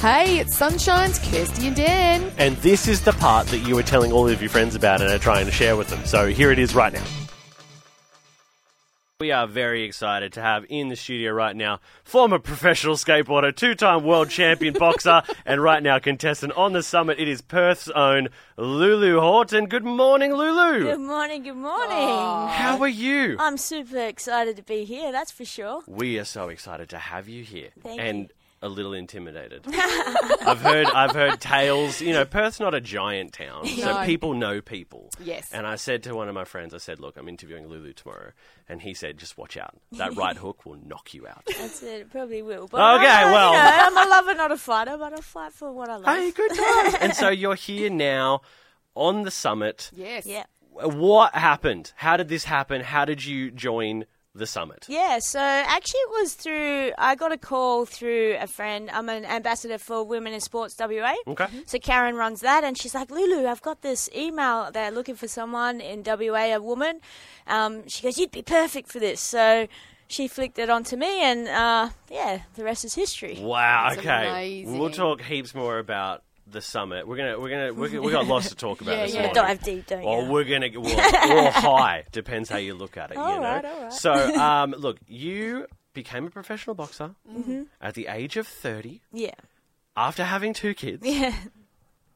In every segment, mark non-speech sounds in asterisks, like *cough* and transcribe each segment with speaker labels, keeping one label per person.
Speaker 1: Hey, it's Sunshine's Kirsty and Dan.
Speaker 2: And this is the part that you were telling all of your friends about and are trying to share with them. So here it is right now. We are very excited to have in the studio right now former professional skateboarder, two time world *laughs* champion boxer, and right now contestant on the summit. It is Perth's own Lulu Horton. Good morning, *laughs*
Speaker 3: Good
Speaker 2: Lulu.
Speaker 3: morning, good morning. Oh.
Speaker 2: How are you?
Speaker 3: I'm super excited to be here, that's for sure.
Speaker 2: We are so excited to have you here,
Speaker 3: Thank
Speaker 2: and
Speaker 3: you.
Speaker 2: a little
Speaker 3: *laughs*
Speaker 2: intimidated. I've heard I've heard tales. You know, Perth's not a giant
Speaker 3: *laughs*
Speaker 2: town, so
Speaker 1: No.
Speaker 2: people know people.
Speaker 1: Yes.
Speaker 2: And I said to one of my friends, I said, "Look, I'm interviewing Lulu tomorrow," and he said, "Just watch out. That
Speaker 3: *laughs*
Speaker 2: right hook will knock you out."
Speaker 3: That's it, it probably will. But
Speaker 2: Okay,
Speaker 3: I'm, a-
Speaker 2: well.
Speaker 3: You know, I'm a lover, not a fighter, but I'll fight for what I love.
Speaker 2: hey, good
Speaker 3: *laughs*
Speaker 2: time. and so you're here now on the summit.
Speaker 1: Yes.
Speaker 3: Yeah.
Speaker 2: What happened? How did this happen? How did you join the summit?
Speaker 3: Yeah, so actually it was through, I got a call through a friend. I'm an ambassador for Women in Sports WA.
Speaker 2: Okay.
Speaker 3: So Karen runs that, and she's like, Lulu, I've got this email. They're looking for someone in WA, a woman. Um, she goes, You'd be perfect for this. So she flicked it on to me, and uh, yeah, the rest is history.
Speaker 2: Wow.
Speaker 1: That's
Speaker 2: okay.
Speaker 1: amazing.
Speaker 2: We'll talk heaps more about the summit. We're gonna we're gonna we're, gonna-
Speaker 1: *laughs*
Speaker 2: we got lots to talk about
Speaker 1: Yeah,
Speaker 2: this
Speaker 1: yeah.
Speaker 2: morning.
Speaker 3: Dive deep, don't
Speaker 2: Or
Speaker 3: you?
Speaker 2: we're gonna get-
Speaker 3: *laughs*
Speaker 2: well, or high depends how you look at it. you
Speaker 3: All
Speaker 2: know.
Speaker 3: right, all right. *laughs*
Speaker 2: So um, look, you became a professional boxer
Speaker 3: Mm-hmm.
Speaker 2: at the age of thirty
Speaker 3: Yeah.
Speaker 2: after having two kids.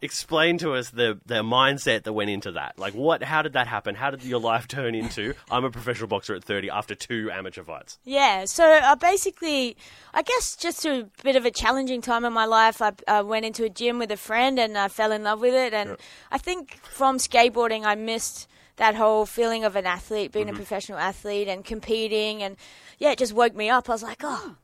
Speaker 2: Explain to us the the mindset that went into that. Like, what? How did that happen? How did your life turn
Speaker 3: *laughs*
Speaker 2: into? I'm a professional boxer at thirty after two amateur fights.
Speaker 3: Yeah, so I basically, I guess just through a bit of a challenging time in my life, I, I went into a gym with a friend and I fell in love with it. And I think from skateboarding, I missed that whole feeling of an athlete, being a professional athlete and competing. And yeah, it just woke me up. I was like, oh,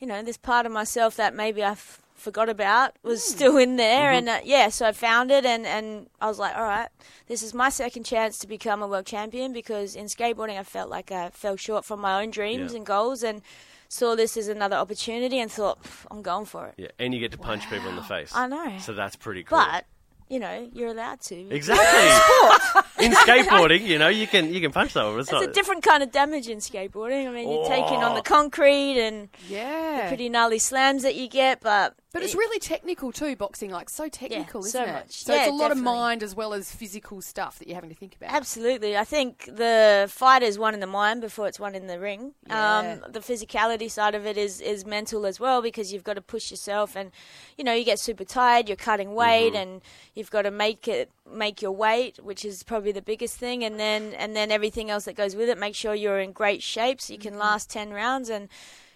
Speaker 3: you know, this part of myself that maybe I f- forgot about was
Speaker 2: Hmm.
Speaker 3: still in there.
Speaker 2: Mm-hmm.
Speaker 3: And uh, yeah, so I found it and, and I was like, all right, this is my second chance to become a world champion because in skateboarding, I felt like I fell short from my own dreams
Speaker 2: Yeah.
Speaker 3: and goals and saw this as another opportunity and thought, "Pff, I'm going for it.
Speaker 2: Yeah, and you get to punch people in the face.
Speaker 3: I know.
Speaker 2: So that's pretty cool.
Speaker 3: But, you know, you're allowed to.
Speaker 2: Exactly. *laughs* in skateboarding, you know, you can you can punch someone. It's,
Speaker 3: It's
Speaker 2: not,
Speaker 3: a different kind of damage in skateboarding. I mean, you're taking on
Speaker 2: Oh.
Speaker 3: the concrete and
Speaker 1: Yeah.
Speaker 3: pretty gnarly slams that you get, but
Speaker 1: But it's
Speaker 3: it-
Speaker 1: really technical too, boxing. Like, so technical, isn't
Speaker 3: so
Speaker 1: it?
Speaker 3: much.
Speaker 1: So
Speaker 3: Yeah,
Speaker 1: it's a lot
Speaker 3: definitely.
Speaker 1: of mind as well as physical stuff that you're having to think about.
Speaker 3: Absolutely. I think the fight is one in the mind before it's one in the ring.
Speaker 1: Yeah.
Speaker 3: Um, the physicality side of it is, is mental as well because you've got to push yourself and, you know, you get super tired, you're cutting weight and you've got to make it, make your weight, which is probably the biggest thing. And then, and then everything else that goes with it, make sure you're in great shape so you can last 10 rounds. And,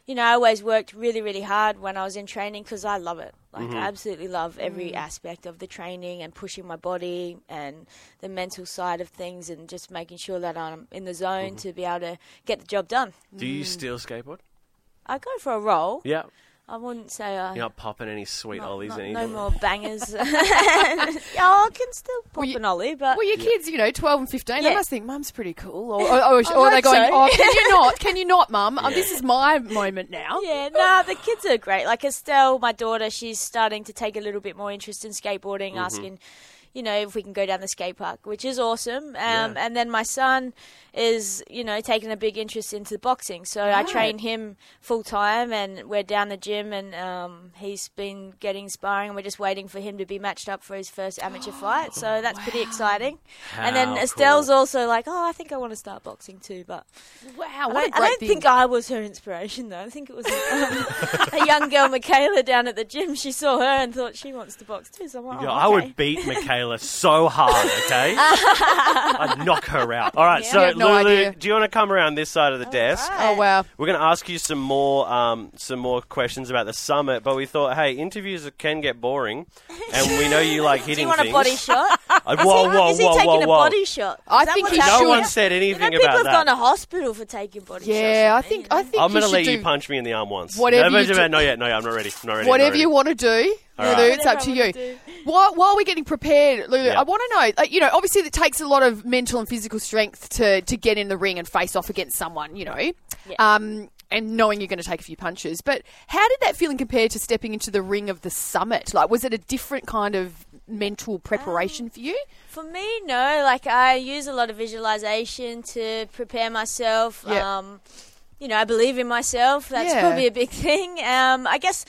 Speaker 3: you know, I always worked really, really hard when I was in training because I love it. Like, I absolutely love every aspect of the training and pushing my body and the mental side of things and just making sure that I'm in the zone to be able to get the job done.
Speaker 2: Do you still skateboard?
Speaker 3: I go for a roll.
Speaker 2: Yeah.
Speaker 3: I wouldn't say I.
Speaker 2: You're not popping any sweet ollies
Speaker 3: not-
Speaker 2: anymore.
Speaker 3: no more
Speaker 2: *laughs*
Speaker 3: bangers. *laughs* yeah, I can still pop
Speaker 1: you-
Speaker 3: an ollie, but
Speaker 1: Well, your kids, you know, 12 and 15, they
Speaker 3: Yeah.
Speaker 1: must think, mum's pretty cool.
Speaker 3: *laughs*
Speaker 1: Or, or, or, or they're
Speaker 3: hope
Speaker 1: going,
Speaker 3: so.
Speaker 1: oh, can you
Speaker 3: *laughs*
Speaker 1: not? Can you not, mum? Oh, this is my moment now.
Speaker 3: Yeah, no, the kids are great. Like Estelle, my daughter, she's starting to take a little bit more interest in skateboarding, asking, you know, if we can go down the skate park, which is awesome. Um, And then my son is, you know, taking a big interest into boxing. So I train him full time, and we're down the gym, and um, he's been getting sparring, and we're just waiting for him to be matched up for his first amateur fight. So that's pretty exciting. and
Speaker 2: How
Speaker 3: then Estelle's
Speaker 2: cool.
Speaker 3: also like, oh, I think I want to start boxing too, but.
Speaker 1: Wow,
Speaker 3: I
Speaker 1: what a
Speaker 3: don't,
Speaker 1: great
Speaker 3: I don't
Speaker 1: thing.
Speaker 3: think I was her inspiration, though. I think it was
Speaker 1: *laughs*
Speaker 3: um, a young girl, Michaela, down at the gym. She saw her and thought she wants to box too. So I'm like,
Speaker 2: Yeah,
Speaker 3: "Oh,
Speaker 2: I
Speaker 3: okay."
Speaker 2: would beat Michaela so hard,
Speaker 3: *laughs*
Speaker 2: okay? I'd knock her out. All right, so
Speaker 1: You have no
Speaker 2: Lulu,
Speaker 1: idea.
Speaker 2: do you want to come around this side of the desk?
Speaker 3: right.
Speaker 1: oh, wow.
Speaker 2: We're going to ask you some more um, some more questions about the summit, but we thought, hey, interviews can get boring, and we know
Speaker 3: *laughs*
Speaker 2: you like hitting
Speaker 3: Do you want
Speaker 2: things.
Speaker 3: a body shot?
Speaker 2: Uh, whoa, whoa,
Speaker 3: Is he
Speaker 2: whoa,
Speaker 3: taking
Speaker 2: whoa,
Speaker 3: a
Speaker 2: whoa!
Speaker 3: body shot?
Speaker 1: I
Speaker 3: Is that
Speaker 1: think
Speaker 3: what's
Speaker 1: he
Speaker 2: no
Speaker 1: should.
Speaker 3: happening?
Speaker 2: one said
Speaker 3: You know,
Speaker 2: anything
Speaker 3: people
Speaker 2: about
Speaker 3: have
Speaker 2: that.
Speaker 3: gone to hospital for taking body shots.
Speaker 1: Yeah, I
Speaker 3: mean,
Speaker 1: think
Speaker 3: you know.
Speaker 1: I think
Speaker 2: I'm
Speaker 1: you
Speaker 2: gonna
Speaker 1: should
Speaker 2: let
Speaker 1: do
Speaker 2: you punch me in the arm once.
Speaker 1: Whatever
Speaker 2: no,
Speaker 1: you
Speaker 2: but-
Speaker 1: do-
Speaker 2: No, yet, no, I'm not ready. I'm not ready. I'm not
Speaker 1: whatever
Speaker 2: ready.
Speaker 1: you want to do,
Speaker 2: All right.
Speaker 1: Lulu, it's up to
Speaker 3: Whatever I
Speaker 1: you.
Speaker 3: wanna do.
Speaker 1: While, while we're getting prepared, Lulu,
Speaker 2: Yeah.
Speaker 1: I want to know, like, you know, obviously it takes a lot of mental and physical strength to, to get in the ring and face off against someone, you know, um, and knowing you're going to take a few punches. But how did that feeling compare to stepping into the ring of the summit? Like, was it a different kind of mental preparation for you?
Speaker 3: For me, no. Like I use a lot of visualization to prepare myself.
Speaker 1: Yeah.
Speaker 3: Um, you know, I believe in myself. That's *laughs*
Speaker 1: Yeah.
Speaker 3: probably a big thing. Um, I guess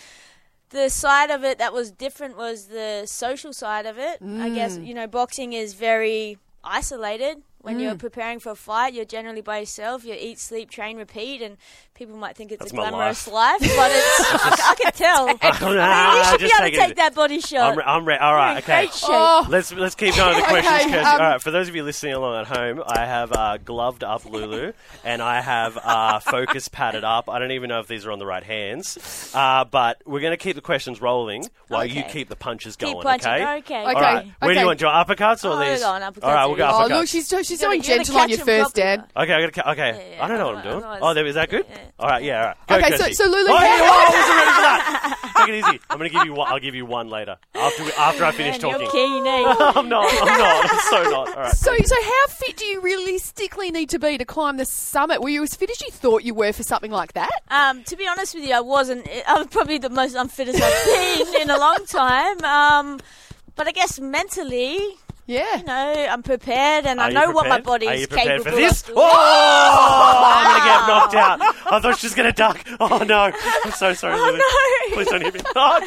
Speaker 3: the side of it that was different was the social side of it. I guess
Speaker 1: Mm.
Speaker 3: you know boxing is very isolated. When
Speaker 1: Mm.
Speaker 3: you're preparing for a fight, you're generally by yourself. You eat, sleep, train, repeat, and people might think it's
Speaker 2: That's
Speaker 3: a
Speaker 2: my
Speaker 3: glamorous life,
Speaker 2: *laughs*
Speaker 3: but it's, I, I can tell.
Speaker 2: Oh,
Speaker 3: I mean,
Speaker 2: nah,
Speaker 3: you should be
Speaker 2: just
Speaker 3: able to
Speaker 2: it-
Speaker 3: take that body shot.
Speaker 2: I'm, re- I'm ready. All right, okay.
Speaker 3: Great shape.
Speaker 1: Oh,
Speaker 2: *laughs* Let's let's keep going with the
Speaker 1: Okay,
Speaker 2: questions. 'cause-
Speaker 1: um,
Speaker 2: all right, for those of you listening along at home, I have uh, gloved up Lulu, and I have
Speaker 1: *laughs*
Speaker 2: uh, focus padded up. I don't even know if these are on the right hands, uh, but we're going to keep the questions rolling while you
Speaker 3: Okay.
Speaker 2: keep the punches
Speaker 3: Keep
Speaker 2: going.
Speaker 3: punching.
Speaker 2: Okay.
Speaker 3: Okay.
Speaker 2: All right.
Speaker 1: Okay,
Speaker 2: Where do
Speaker 1: okay.
Speaker 2: you want? Do you want uppercuts or
Speaker 3: Oh, we'll
Speaker 2: these?
Speaker 3: go on uppercuts.
Speaker 2: All right, we'll go
Speaker 3: Oh,
Speaker 1: oh
Speaker 2: uppercuts.
Speaker 1: look, she's, she's
Speaker 3: You're
Speaker 1: doing
Speaker 3: gonna- you're
Speaker 1: gentle
Speaker 3: gonna
Speaker 1: on you
Speaker 3: catch 'em
Speaker 1: first,
Speaker 3: properly,
Speaker 1: Dan.
Speaker 2: Okay, I gotta. ca- Okay,
Speaker 3: yeah,
Speaker 2: I don't know
Speaker 3: I
Speaker 2: what I'm
Speaker 3: know, I
Speaker 2: doing.
Speaker 3: know,
Speaker 2: Oh,
Speaker 3: it's-
Speaker 2: there is that good?
Speaker 3: yeah, yeah.
Speaker 2: All right, yeah, all right. Go,
Speaker 1: Okay, so,
Speaker 2: Kirsty.
Speaker 1: so Lulu,
Speaker 2: Oh, yeah,
Speaker 1: can-
Speaker 2: oh, I wasn't ready for
Speaker 1: *laughs*
Speaker 2: that. Take it easy. I'm gonna give you one. I'll give you one later after we, after I finish
Speaker 3: Man,
Speaker 2: talking.
Speaker 3: You're keen, eh?
Speaker 2: *laughs*
Speaker 3: *laughs*
Speaker 2: I'm not. I'm not. I'm so not. All right.
Speaker 1: so so how fit do you realistically need to be to climb the summit? Were you as fit as you thought you were for something like that?
Speaker 3: Um, to be honest with you, I wasn't. I was probably the most unfit as I've been in a long time. Um, but I guess mentally,
Speaker 1: Yeah.
Speaker 3: you know, I'm prepared and
Speaker 2: Are
Speaker 3: I
Speaker 2: you
Speaker 3: know what my
Speaker 2: prepared?
Speaker 3: body
Speaker 2: Are
Speaker 3: is
Speaker 2: you prepared
Speaker 3: capable
Speaker 2: for this?
Speaker 3: *laughs* of.
Speaker 2: Oh, I'm gonna get knocked out. I thought she was gonna duck. Oh no! I'm so sorry, Lily.
Speaker 3: Oh, no.
Speaker 2: Please don't hit me. Oh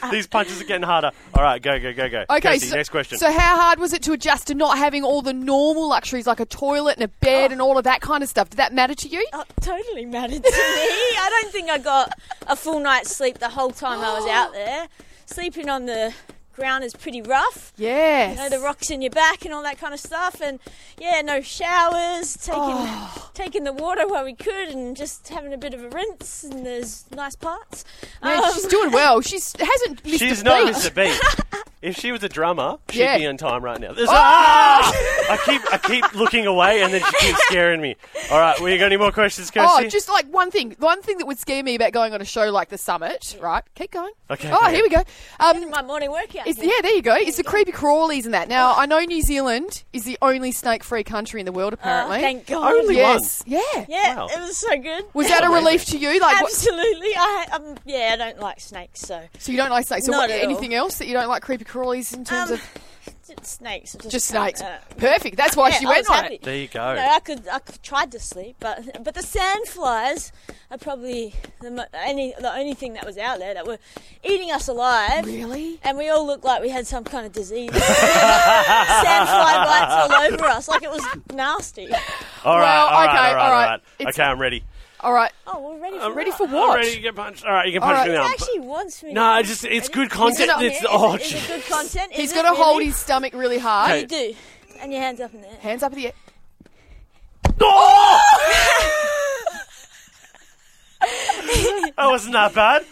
Speaker 2: jeez, these punches are getting harder. All right, go, go, go, go.
Speaker 1: Okay,
Speaker 2: Kirsty,
Speaker 1: so,
Speaker 2: next question.
Speaker 1: so how hard was it to adjust to not having all the normal luxuries like a toilet and a bed and all of that kind of stuff? Did that matter to you?
Speaker 3: Oh, *laughs* totally mattered to me. I don't think I got a full night's sleep the whole time I was out there. Sleeping on the ground is pretty rough.
Speaker 1: Yes.
Speaker 3: You know, the rocks in your back and all that kind of stuff. And yeah, no showers, taking
Speaker 1: Oh.
Speaker 3: taking the water where we could and just having a bit of a rinse. And there's nice parts.
Speaker 1: Man,
Speaker 3: Um,
Speaker 1: she's doing
Speaker 3: *laughs*
Speaker 1: well. She's hasn't missed
Speaker 2: She's
Speaker 1: a
Speaker 2: not
Speaker 1: beat.
Speaker 2: Mr. Beat. If she was a drummer, she'd
Speaker 1: Yeah.
Speaker 2: be on time right now. There's- Ah! I keep I keep looking away, and then she keeps scaring me. All right, we got any more questions, Kirsty?
Speaker 1: Oh, just like one thing. One thing that would scare me about going on a show like the Summit, right? Keep going.
Speaker 2: Okay,
Speaker 1: Oh,
Speaker 2: okay.
Speaker 1: here we go. Um,
Speaker 3: *laughs* my morning workout.
Speaker 1: is,
Speaker 3: here.
Speaker 1: yeah, there you go. It's the creepy crawlies and that. Now, I know New Zealand is the only snake-free country in the world,
Speaker 3: Oh,
Speaker 1: apparently.
Speaker 3: thank God.
Speaker 2: Only
Speaker 1: yes. Yeah.
Speaker 3: Yeah,
Speaker 2: Wow.
Speaker 3: it was so good.
Speaker 1: Was
Speaker 3: *laughs*
Speaker 1: that a
Speaker 2: Amazing.
Speaker 1: relief to you? Like, what,
Speaker 3: Absolutely. I um, yeah, I don't like snakes, so
Speaker 1: so you don't like snakes? So
Speaker 3: Not
Speaker 1: what,
Speaker 3: at all.
Speaker 1: anything else that you don't like creepy crawlies in terms
Speaker 3: Um,
Speaker 1: of
Speaker 3: just snakes. I
Speaker 1: just
Speaker 3: can't,
Speaker 1: snakes?
Speaker 3: uh,
Speaker 1: Perfect. That's why
Speaker 3: yeah,
Speaker 1: she
Speaker 3: I
Speaker 1: went
Speaker 3: was
Speaker 1: on
Speaker 3: happy.
Speaker 1: it.
Speaker 2: There you go.
Speaker 3: No, I could I could, tried to sleep, but but the sandflies are probably the mo- any the only thing that was out there that were eating us alive.
Speaker 1: Really?
Speaker 3: And we all looked like we had some kind of disease. *laughs* sandfly bites all over us, like it was nasty.
Speaker 2: All right,
Speaker 1: Well,
Speaker 2: all right,
Speaker 1: okay,
Speaker 2: all right, all
Speaker 1: right.
Speaker 2: right.
Speaker 1: It's-
Speaker 2: Okay, I'm ready.
Speaker 1: All right.
Speaker 3: Oh, we're ready for
Speaker 2: I'm
Speaker 1: Ready
Speaker 3: that.
Speaker 1: for
Speaker 2: I'm
Speaker 1: what?
Speaker 2: ready to get punched. All right, you can punch
Speaker 1: right.
Speaker 2: me
Speaker 1: He
Speaker 2: now.
Speaker 3: He actually wants me.
Speaker 2: No,
Speaker 3: to-
Speaker 2: it's just it's
Speaker 1: He's
Speaker 2: good content.
Speaker 1: gonna-
Speaker 2: It's,
Speaker 3: Is it-
Speaker 2: oh,
Speaker 3: is
Speaker 2: *laughs*
Speaker 3: it
Speaker 2: gee.
Speaker 3: good content?
Speaker 1: He's
Speaker 3: Is
Speaker 1: got to
Speaker 3: it
Speaker 1: hold
Speaker 3: really?
Speaker 1: his stomach really hard.
Speaker 2: Okay.
Speaker 3: You do, and your hands up in the air. *laughs*
Speaker 1: Hands up in the e- air.
Speaker 2: Oh!
Speaker 3: Oh!
Speaker 2: That wasn't that bad.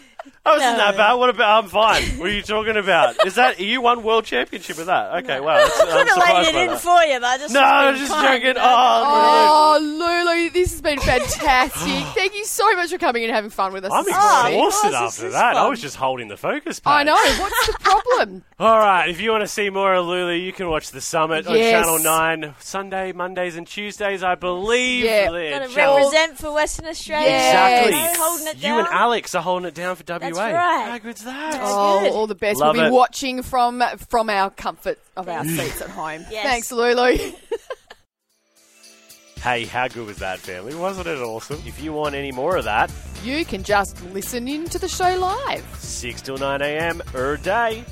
Speaker 2: That wasn't
Speaker 3: No.
Speaker 2: that bad. What about? I'm fine. What are you talking about? Is that you won world championship with that? Okay, wow. That's, I'm
Speaker 3: Could have laid
Speaker 2: surprised
Speaker 3: it
Speaker 2: by
Speaker 3: in
Speaker 2: that.
Speaker 3: for you, but I just
Speaker 2: No,
Speaker 3: was
Speaker 2: I'm
Speaker 3: being
Speaker 2: just
Speaker 3: kind,
Speaker 2: joking.
Speaker 3: you know?
Speaker 2: Oh,
Speaker 1: Oh, Lulu, this has been
Speaker 3: *gasps*
Speaker 1: fantastic. Thank you so much for coming and having fun with us.
Speaker 2: I'm
Speaker 1: this morning.
Speaker 2: exhausted
Speaker 3: excited. Oh, this
Speaker 2: after
Speaker 3: is
Speaker 2: that. I
Speaker 3: fun.
Speaker 2: was just holding the focus. Page.
Speaker 1: I know. What's the problem?
Speaker 2: All right, if you want to see more of Lulu, you can watch The Summit
Speaker 1: Yes.
Speaker 2: on Channel 9, Sunday, Mondays, and Tuesdays, I believe.
Speaker 1: Yeah.
Speaker 2: The
Speaker 3: Got to
Speaker 2: channel-
Speaker 3: represent for Western Australia.
Speaker 1: Yes.
Speaker 2: Exactly.
Speaker 3: No holding it
Speaker 2: you
Speaker 3: down.
Speaker 2: and Alex are holding it down for WA.
Speaker 3: right.
Speaker 2: How good's that?
Speaker 3: *laughs* That's
Speaker 1: Oh,
Speaker 3: good.
Speaker 1: all the best.
Speaker 2: Love
Speaker 1: we'll be
Speaker 2: it.
Speaker 1: watching from from our comfort of our seats at home.
Speaker 3: Yes.
Speaker 1: Thanks, Lulu.
Speaker 2: Hey, how good was that, family? Wasn't it awesome? If you want any more of that,
Speaker 1: you can just listen in to the show live.
Speaker 2: 6 till 9 a.m. er day.